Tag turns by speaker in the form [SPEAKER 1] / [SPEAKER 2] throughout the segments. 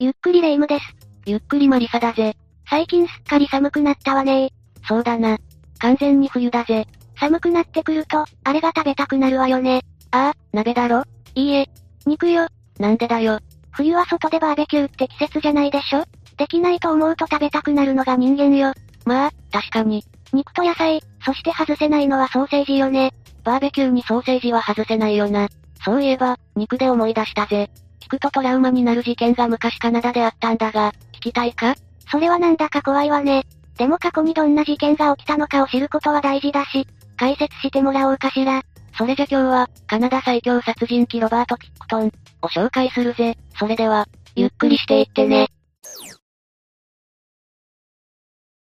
[SPEAKER 1] ゆっくりレ夢ムです。
[SPEAKER 2] ゆっくりマリサだぜ。
[SPEAKER 1] 最近すっかり寒くなったわね
[SPEAKER 2] そうだな。完全に冬だぜ。
[SPEAKER 1] 寒くなってくると、あれが食べたくなるわよね。
[SPEAKER 2] ああ、鍋だろ
[SPEAKER 1] いいえ。肉よ。
[SPEAKER 2] なんでだよ。
[SPEAKER 1] 冬は外でバーベキューって季節じゃないでしょできないと思うと食べたくなるのが人間よ。
[SPEAKER 2] まあ、確かに。
[SPEAKER 1] 肉と野菜、そして外せないのはソーセージよね。
[SPEAKER 2] バーベキューにソーセージは外せないよな。そういえば、肉で思い出したぜ。聞くとトラウマになる事件が昔カナダであったんだが、聞きたいか
[SPEAKER 1] それはなんだか怖いわね。でも過去にどんな事件が起きたのかを知ることは大事だし、解説してもらおうかしら。
[SPEAKER 2] それじゃ今日は、カナダ最強殺人鬼ロバート・キックトンを紹介するぜ。それでは、ゆっくりしていってね。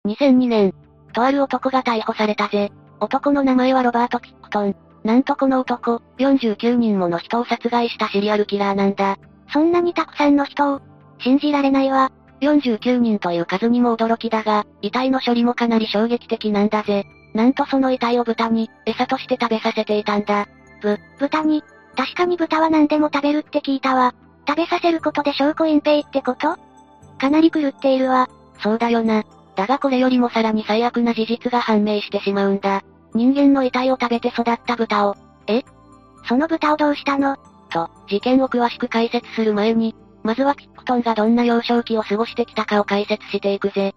[SPEAKER 2] 2002年、とある男が逮捕されたぜ。男の名前はロバート・キックトン。なんとこの男、49人もの人を殺害したシリアルキラーなんだ。
[SPEAKER 1] そんなにたくさんの人を、信じられないわ。
[SPEAKER 2] 49人という数にも驚きだが、遺体の処理もかなり衝撃的なんだぜ。なんとその遺体を豚に、餌として食べさせていたんだ。
[SPEAKER 1] ぶ、豚に。確かに豚は何でも食べるって聞いたわ。食べさせることで証拠隠蔽ってことかなり狂っているわ。
[SPEAKER 2] そうだよな。だがこれよりもさらに最悪な事実が判明してしまうんだ。人間の遺体を食べて育った豚を。
[SPEAKER 1] えその豚をどうしたの
[SPEAKER 2] と、事件を詳しく解説する前に、まずはキックトンがどんな幼少期を過ごしてきたかを解説していくぜ。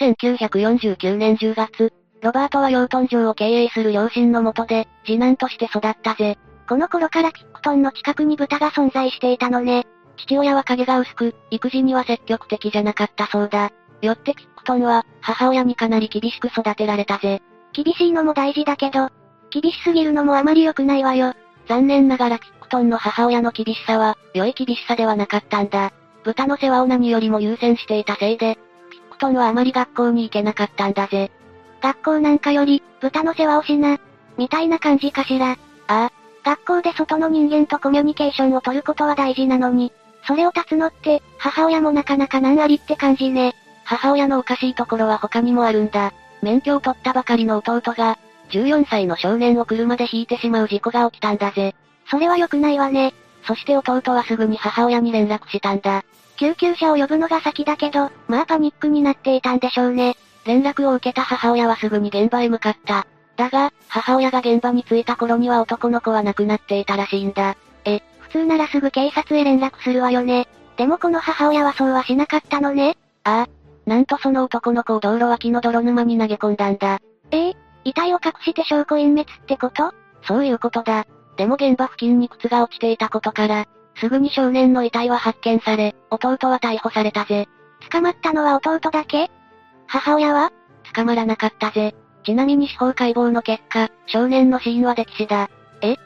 [SPEAKER 2] 1949年10月、ロバートは養豚場を経営する両親のもとで、次男として育ったぜ。
[SPEAKER 1] この頃からキックトンの近くに豚が存在していたのね。
[SPEAKER 2] 父親は影が薄く、育児には積極的じゃなかったそうだ。よってキックトンは、母親にかなり厳しく育てられたぜ。
[SPEAKER 1] 厳しいのも大事だけど、厳しすぎるのもあまり良くないわよ。
[SPEAKER 2] 残念ながらキックトンの母親の厳しさは、良い厳しさではなかったんだ。豚の世話を何よりも優先していたせいで、キックトンはあまり学校に行けなかったんだぜ。
[SPEAKER 1] 学校なんかより、豚の世話をしな、みたいな感じかしら。あ
[SPEAKER 2] あ、
[SPEAKER 1] 学校で外の人間とコミュニケーションを取ることは大事なのに、それを断つのって、母親もなかなか難ありって感じね。
[SPEAKER 2] 母親のおかしいところは他にもあるんだ。免許を取ったばかりの弟が、14歳の少年を車で引いてしまう事故が起きたんだぜ。
[SPEAKER 1] それは良くないわね。
[SPEAKER 2] そして弟はすぐに母親に連絡したんだ。
[SPEAKER 1] 救急車を呼ぶのが先だけど、まあパニックになっていたんでしょうね。
[SPEAKER 2] 連絡を受けた母親はすぐに現場へ向かった。だが、母親が現場に着いた頃には男の子は亡くなっていたらしいんだ。
[SPEAKER 1] え、普通ならすぐ警察へ連絡するわよね。でもこの母親はそうはしなかったのね。
[SPEAKER 2] ああ。なんとその男の子を道路脇の泥沼に投げ込んだんだ。
[SPEAKER 1] ええー、遺体を隠して証拠隠滅ってこと
[SPEAKER 2] そういうことだ。でも現場付近に靴が落ちていたことから、すぐに少年の遺体は発見され、弟は逮捕されたぜ。
[SPEAKER 1] 捕まったのは弟だけ母親は
[SPEAKER 2] 捕まらなかったぜ。ちなみに司法解剖の結果、少年の死因は溺死だ。
[SPEAKER 1] え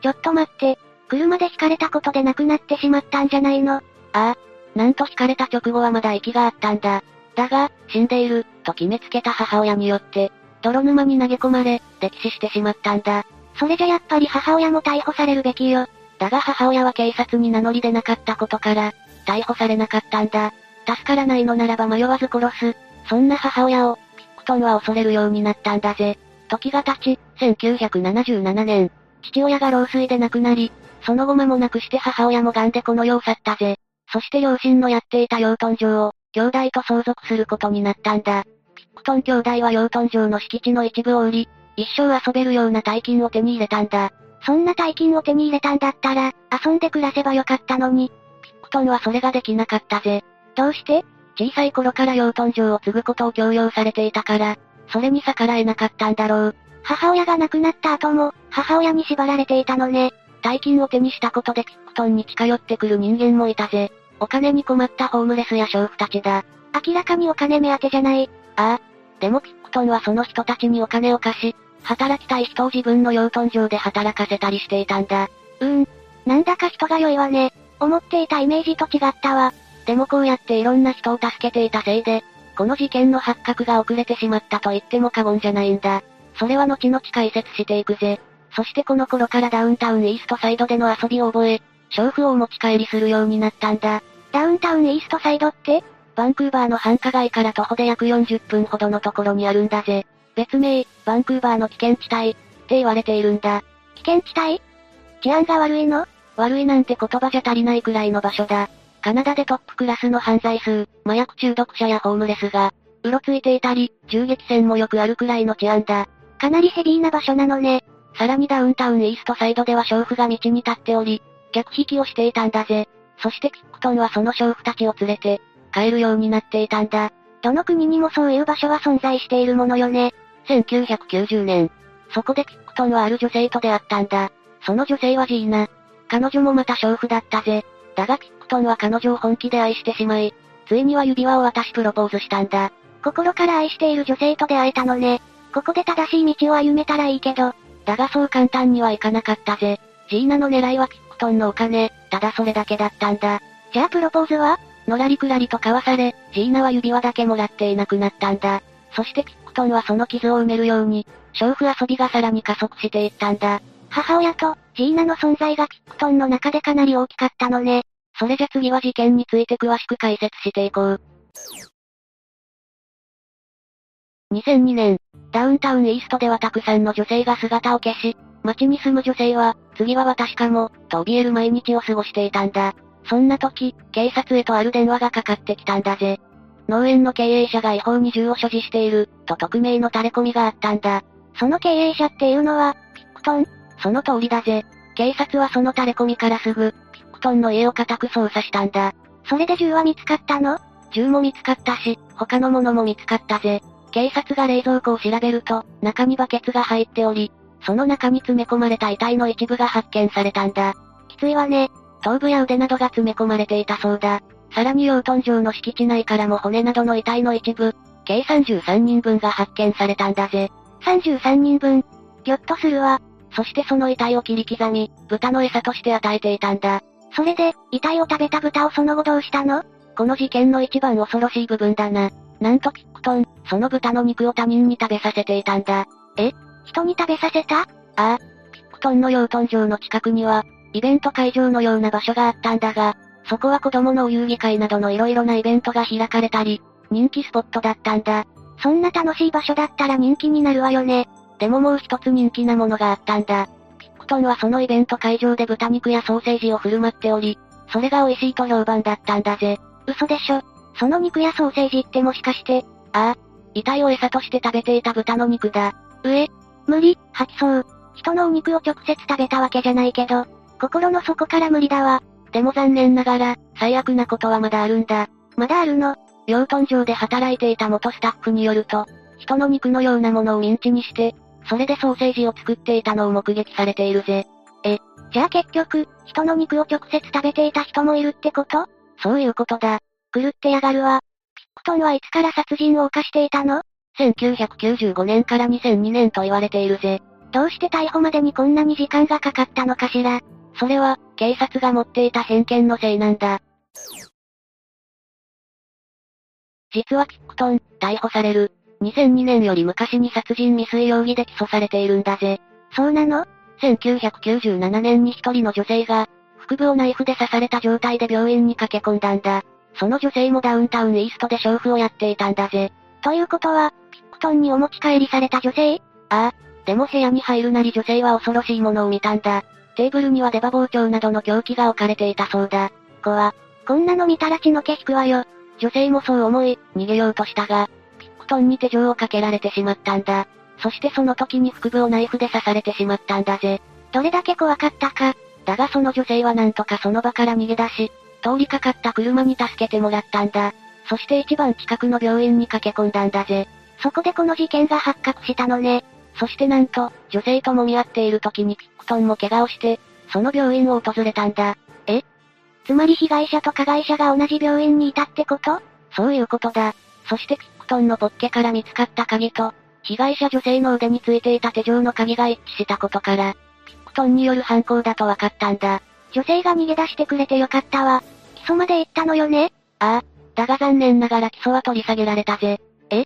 [SPEAKER 1] ちょっと待って、車でひかれたことで亡くなってしまったんじゃないのあ
[SPEAKER 2] あ、なんとひかれた直後はまだ息があったんだ。だが、死んでいる、と決めつけた母親によって、泥沼に投げ込まれ、溺死してしまったんだ。
[SPEAKER 1] それじゃやっぱり母親も逮捕されるべきよ。
[SPEAKER 2] だが母親は警察に名乗り出なかったことから、逮捕されなかったんだ。助からないのならば迷わず殺す。そんな母親を、ピックトンは恐れるようになったんだぜ。時が経ち、1977年、父親が老衰で亡くなり、その後間もなくして母親も癌でこの世を去ったぜ。そして両親のやっていた養豚場を、兄弟と相続することになったんだ。ピックトン兄弟は養豚場の敷地の一部を売り、一生遊べるような大金を手に入れたんだ。
[SPEAKER 1] そんな大金を手に入れたんだったら、遊んで暮らせばよかったのに。
[SPEAKER 2] ピックトンはそれができなかったぜ。
[SPEAKER 1] どうして
[SPEAKER 2] 小さい頃から養豚場を継ぐことを強要されていたから、それに逆らえなかったんだろう。
[SPEAKER 1] 母親が亡くなった後も、母親に縛られていたのね。
[SPEAKER 2] 大金を手にしたことでキックトンに近寄ってくる人間もいたぜ。お金に困ったホームレスや娼婦たちだ。
[SPEAKER 1] 明らかにお金目当てじゃない。
[SPEAKER 2] ああ。でもキックトンはその人たちにお金を貸し、働きたい人を自分の養豚場で働かせたりしていたんだ。
[SPEAKER 1] うーん。なんだか人が良いわね。思っていたイメージと違ったわ。
[SPEAKER 2] でもこうやっていろんな人を助けていたせいで、この事件の発覚が遅れてしまったと言っても過言じゃないんだ。それは後々解説していくぜ。そしてこの頃からダウンタウンイーストサイドでの遊びを覚え、娼婦をお持ち帰りするようになったんだ。
[SPEAKER 1] ダウンタウンイーストサイドって
[SPEAKER 2] バンクーバーの繁華街から徒歩で約40分ほどのところにあるんだぜ。別名、バンクーバーの危険地帯、って言われているんだ。
[SPEAKER 1] 危険地帯治安が悪いの
[SPEAKER 2] 悪いなんて言葉じゃ足りないくらいの場所だ。カナダでトップクラスの犯罪数、麻薬中毒者やホームレスが、うろついていたり、銃撃戦もよくあるくらいの治安だ。
[SPEAKER 1] かなりヘビーな場所なのね。
[SPEAKER 2] さらにダウンタウンイーストサイドでは娼婦が道に立っており、客引きをしていたんだぜ。そしてキックトンはその娼婦たちを連れて、帰るようになっていたんだ。
[SPEAKER 1] どの国にもそういう場所は存在しているものよね。
[SPEAKER 2] 1990年。そこでキックトンはある女性と出会ったんだ。その女性はジーナ。彼女もまた娼婦だったぜ。だがキックトンは彼女を本気で愛してしまい、ついには指輪を渡しプロポーズしたんだ。
[SPEAKER 1] 心から愛している女性と出会えたのね。ここで正しい道を歩めたらいいけど、
[SPEAKER 2] だがそう簡単にはいかなかったぜ。ジーナの狙いはキックトンのお金、ただそれだけだったんだ。
[SPEAKER 1] じゃあプロポーズは
[SPEAKER 2] のらりくらりと交わされ、ジーナは指輪だけもらっていなくなったんだ。そしてキックトンはその傷を埋めるように、娼婦遊びがさらに加速していったんだ。
[SPEAKER 1] 母親と、ジーナの存在がキックトンの中でかなり大きかったのね。
[SPEAKER 2] それじゃ次は事件について詳しく解説していこう。2002年、ダウンタウンイーストではたくさんの女性が姿を消し、街に住む女性は、次は私かも、と怯える毎日を過ごしていたんだ。そんな時、警察へとある電話がかかってきたんだぜ。農園の経営者が違法に銃を所持している、と匿名の垂れ込みがあったんだ。
[SPEAKER 1] その経営者っていうのは、ピックトン。
[SPEAKER 2] その通りだぜ。警察はその垂れ込みからすぐ、ピックトンの家を家宅捜査したんだ。
[SPEAKER 1] それで銃は見つかったの
[SPEAKER 2] 銃も見つかったし、他のものも見つかったぜ。警察が冷蔵庫を調べると、中にバケツが入っており、その中に詰め込まれた遺体の一部が発見されたんだ。
[SPEAKER 1] きついわね。
[SPEAKER 2] 頭部や腕などが詰め込まれていたそうだ。さらに養豚場の敷地内からも骨などの遺体の一部、計33人分が発見されたんだぜ。
[SPEAKER 1] 33人分。ぎょっとするわ。
[SPEAKER 2] そしてその遺体を切り刻み、豚の餌として与えていたんだ。
[SPEAKER 1] それで、遺体を食べた豚をその後どうしたの
[SPEAKER 2] この事件の一番恐ろしい部分だな。なんとキックトン、その豚の肉を他人に食べさせていたんだ。
[SPEAKER 1] え人に食べさせたあ
[SPEAKER 2] あ。キックトンの養豚場の近くには、イベント会場のような場所があったんだが、そこは子供のお遊戯会などの色々なイベントが開かれたり、人気スポットだったんだ。
[SPEAKER 1] そんな楽しい場所だったら人気になるわよね。
[SPEAKER 2] でももう一つ人気なものがあったんだ。ピックトンはそのイベント会場で豚肉やソーセージを振る舞っており、それが美味しいと評判だったんだぜ。
[SPEAKER 1] 嘘でしょ。その肉やソーセージってもしかして、
[SPEAKER 2] ああ、遺体を餌として食べていた豚の肉だ。
[SPEAKER 1] うえ、無理、吐きそう。人のお肉を直接食べたわけじゃないけど、心の底から無理だわ。
[SPEAKER 2] でも残念ながら、最悪なことはまだあるんだ。
[SPEAKER 1] まだあるの
[SPEAKER 2] 養豚場で働いていた元スタッフによると、人の肉のようなものをミンチにして、それでソーセージを作っていたのを目撃されているぜ。
[SPEAKER 1] え、じゃあ結局、人の肉を直接食べていた人もいるってこと
[SPEAKER 2] そういうことだ。
[SPEAKER 1] 狂ってやがるわ。ピックトンはいつから殺人を犯していたの
[SPEAKER 2] ?1995 年から2002年と言われているぜ。
[SPEAKER 1] どうして逮捕までにこんなに時間がかかったのかしら
[SPEAKER 2] それは、警察が持っていた偏見のせいなんだ。実はキックトン、逮捕される。2002年より昔に殺人未遂容疑で起訴されているんだぜ。
[SPEAKER 1] そうなの
[SPEAKER 2] ?1997 年に一人の女性が、腹部をナイフで刺された状態で病院に駆け込んだんだ。その女性もダウンタウンイーストで娼婦をやっていたんだぜ。
[SPEAKER 1] ということは、ピックトンにお持ち帰りされた女性
[SPEAKER 2] ああ。でも部屋に入るなり女性は恐ろしいものを見たんだ。テーブルには出刃包丁などの凶器が置かれていたそうだ。
[SPEAKER 1] 子は、こんなの見たら血の毛引くわよ。
[SPEAKER 2] 女性もそう思い、逃げようとしたが、ピックトンに手錠をかけられてしまったんだ。そしてその時に腹部をナイフで刺されてしまったんだぜ。
[SPEAKER 1] どれだけ怖かったか。
[SPEAKER 2] だがその女性はなんとかその場から逃げ出し、通りかかった車に助けてもらったんだ。そして一番近くの病院に駆け込んだんだぜ。
[SPEAKER 1] そこでこの事件が発覚したのね。
[SPEAKER 2] そしてなんと、女性と揉み合っている時にピックトンも怪我をして、その病院を訪れたんだ。
[SPEAKER 1] えつまり被害者と加害者が同じ病院にいたってこと
[SPEAKER 2] そういうことだ。そしてピックトンのポッケから見つかった鍵と、被害者女性の腕についていた手錠の鍵が一致したことから、ピックトンによる犯行だと分かったんだ。
[SPEAKER 1] 女性が逃げ出してくれてよかったわ。起訴まで行ったのよね
[SPEAKER 2] ああ。だが残念ながら起訴は取り下げられたぜ。
[SPEAKER 1] え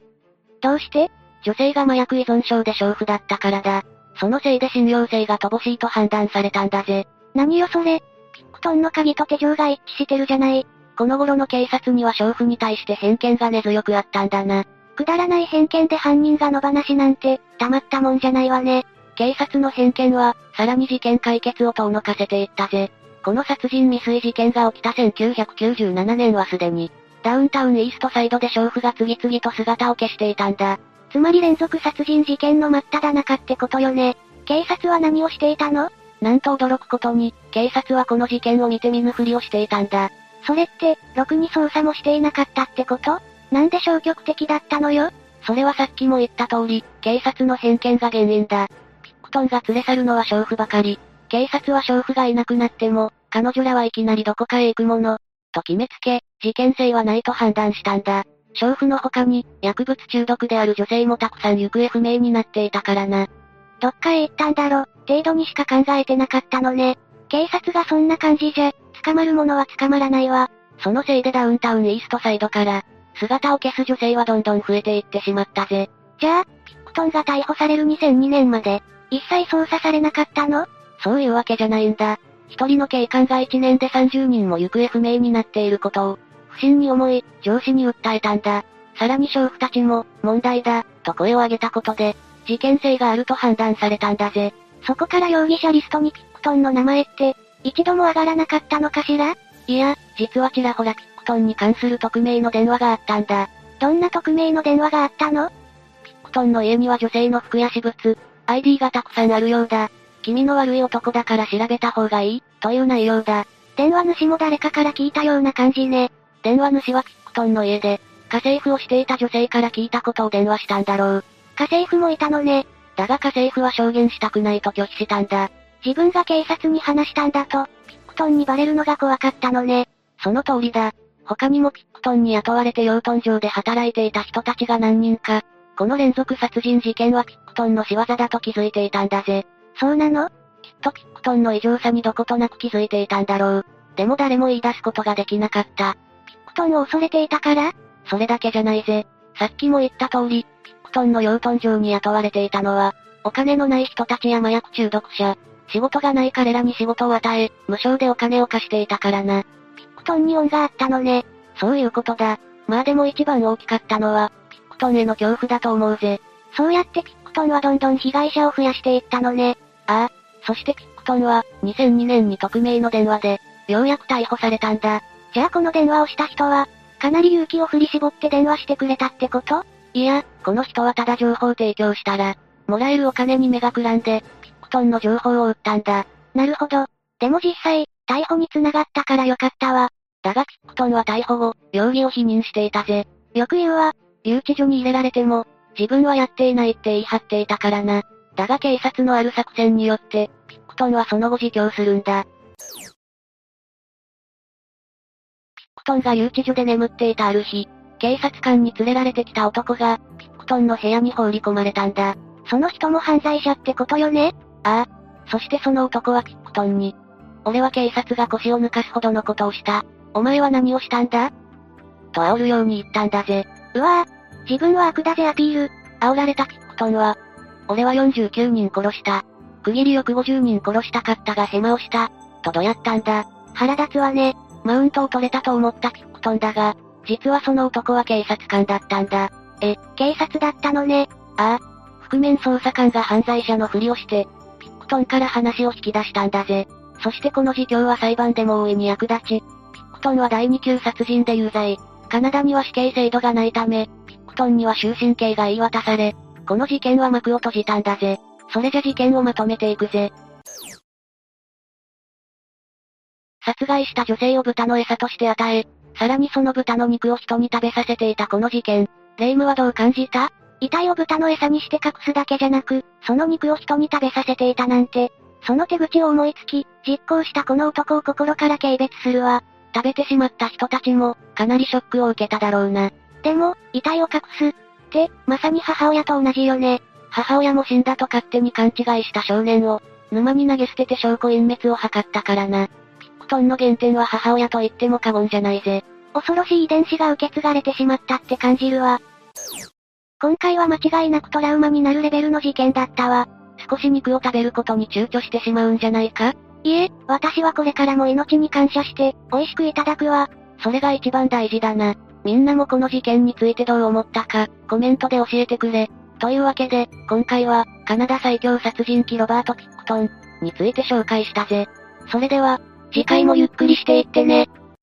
[SPEAKER 1] どうして
[SPEAKER 2] 女性が麻薬依存症で娼婦だったからだ。そのせいで信用性が乏しいと判断されたんだぜ。
[SPEAKER 1] 何よそれ。ピクトンの鍵と手錠が一致してるじゃない。
[SPEAKER 2] この頃の警察には娼婦に対して偏見が根強くあったんだな。
[SPEAKER 1] くだらない偏見で犯人が野放しなんて、たまったもんじゃないわね。
[SPEAKER 2] 警察の偏見は、さらに事件解決を遠のかせていったぜ。この殺人未遂事件が起きた1997年はすでに、ダウンタウンイーストサイドで娼婦が次々と姿を消していたんだ。
[SPEAKER 1] つまり連続殺人事件の真っ只中ってことよね。警察は何をしていたの
[SPEAKER 2] なんと驚くことに、警察はこの事件を見て見ぬふりをしていたんだ。
[SPEAKER 1] それって、ろくに捜査もしていなかったってことなんで消極的だったのよ
[SPEAKER 2] それはさっきも言った通り、警察の偏見が原因だ。ピックトンが連れ去るのは娼婦ばかり。警察は娼婦がいなくなっても、彼女らはいきなりどこかへ行くもの。と決めつけ、事件性はないと判断したんだ。娼婦の他に、薬物中毒である女性もたくさん行方不明になっていたからな。
[SPEAKER 1] どっかへ行ったんだろ、程度にしか考えてなかったのね。警察がそんな感じじゃ、捕まるものは捕まらないわ。
[SPEAKER 2] そのせいでダウンタウンイーストサイドから、姿を消す女性はどんどん増えていってしまったぜ。
[SPEAKER 1] じゃあ、ピックトンが逮捕される2002年まで、一切捜査されなかったの
[SPEAKER 2] そういうわけじゃないんだ。一人の警官が1年で30人も行方不明になっていることを、不審に思い、上司に訴えたんだ。さらに娼婦たちも、問題だ、と声を上げたことで、事件性があると判断されたんだぜ。
[SPEAKER 1] そこから容疑者リストにピックトンの名前って、一度も上がらなかったのかしら
[SPEAKER 2] いや、実はちらほらピックトンに関する匿名の電話があったんだ。
[SPEAKER 1] どんな匿名の電話があったの
[SPEAKER 2] ピックトンの家には女性の服や私物、ID がたくさんあるようだ。君の悪い男だから調べた方がいい、という内容だ。
[SPEAKER 1] 電話主も誰かから聞いたような感じね。
[SPEAKER 2] 電話主はピックトンの家で、家政婦をしていた女性から聞いたことを電話したんだろう。
[SPEAKER 1] 家政婦もいたのね。
[SPEAKER 2] だが家政婦は証言したくないと拒否したんだ。
[SPEAKER 1] 自分が警察に話したんだと、ピックトンにバレるのが怖かったのね。
[SPEAKER 2] その通りだ。他にもピックトンに雇われて養豚場で働いていた人たちが何人か。この連続殺人事件はピックトンの仕業だと気づいていたんだぜ。
[SPEAKER 1] そうなの
[SPEAKER 2] きっとピックトンの異常さにどことなく気づいていたんだろう。でも誰も言い出すことができなかった。
[SPEAKER 1] ピックトンを恐れていたから
[SPEAKER 2] それだけじゃないぜ。さっきも言った通り、ピックトンの養豚場に雇われていたのは、お金のない人たちや麻薬中毒者、仕事がない彼らに仕事を与え、無償でお金を貸していたからな。
[SPEAKER 1] ピックトンに恩があったのね。
[SPEAKER 2] そういうことだ。まあでも一番大きかったのは、ピックトンへの恐怖だと思うぜ。
[SPEAKER 1] そうやってピックトンはどんどん被害者を増やしていったのね。
[SPEAKER 2] ああ、そしてピックトンは、2002年に匿名の電話で、ようやく逮捕されたんだ。
[SPEAKER 1] じゃあこの電話をした人は、かなり勇気を振り絞って電話してくれたってこと
[SPEAKER 2] いや、この人はただ情報提供したら、もらえるお金に目がくらんで、ピックトンの情報を売ったんだ。
[SPEAKER 1] なるほど。でも実際、逮捕に繋がったからよかったわ。
[SPEAKER 2] だがピックトンは逮捕後、容疑を否認していたぜ。
[SPEAKER 1] よく言うわ。
[SPEAKER 2] 留置所に入れられても、自分はやっていないって言い張っていたからな。だが警察のある作戦によって、ピックトンはその後自供するんだ。ピックトンが留置所で眠っていたある日、警察官に連れられてきた男が、ピックトンの部屋に放り込まれたんだ。
[SPEAKER 1] その人も犯罪者ってことよね
[SPEAKER 2] ああ。そしてその男はピックトンに、俺は警察が腰を抜かすほどのことをした。お前は何をしたんだと煽るように言ったんだぜ。
[SPEAKER 1] うわぁ、自分は悪だぜアピール。
[SPEAKER 2] 煽られたピックトンは、俺は49人殺した。区切りよく50人殺したかったがヘマをした。とどやったんだ。
[SPEAKER 1] 腹立つわね。
[SPEAKER 2] マウントを取れたと思ったピックトンだが、実はその男は警察官だったんだ。
[SPEAKER 1] え、警察だったのね。
[SPEAKER 2] ああ。覆面捜査官が犯罪者のふりをして、ピックトンから話を引き出したんだぜ。そしてこの事況は裁判でも大いに役立ち、ピックトンは第2級殺人で有罪。カナダには死刑制度がないため、ピックトンには終身刑が言い渡され、この事件は幕を閉じたんだぜ。それじゃ事件をまとめていくぜ。殺害した女性を豚の餌として与え、さらにその豚の肉を人に食べさせていたこの事件。霊夢はどう感じた
[SPEAKER 1] 遺体を豚の餌にして隠すだけじゃなく、その肉を人に食べさせていたなんて、その手口を思いつき、実行したこの男を心から軽蔑するわ。
[SPEAKER 2] 食べてしまった人たちも、かなりショックを受けただろうな。
[SPEAKER 1] でも、遺体を隠す、って、まさに母親と同じよね。
[SPEAKER 2] 母親も死んだと勝手に勘違いした少年を、沼に投げ捨てて証拠隠滅を図ったからな。ピックトンの原点は母親と言っても過言じゃないぜ。
[SPEAKER 1] 恐ろしい遺伝子が受け継がれてしまったって感じるわ。今回は間違いなくトラウマになるレベルの事件だったわ。
[SPEAKER 2] 少し肉を食べることに躊躇してしまうんじゃないか
[SPEAKER 1] いえ、私はこれからも命に感謝して、美味しくいただくわ。
[SPEAKER 2] それが一番大事だな。みんなもこの事件についてどう思ったか、コメントで教えてくれ。というわけで、今回は、カナダ最強殺人鬼ロバート・ピックトン、について紹介したぜ。それでは、
[SPEAKER 1] 次回もゆっくりしていってね。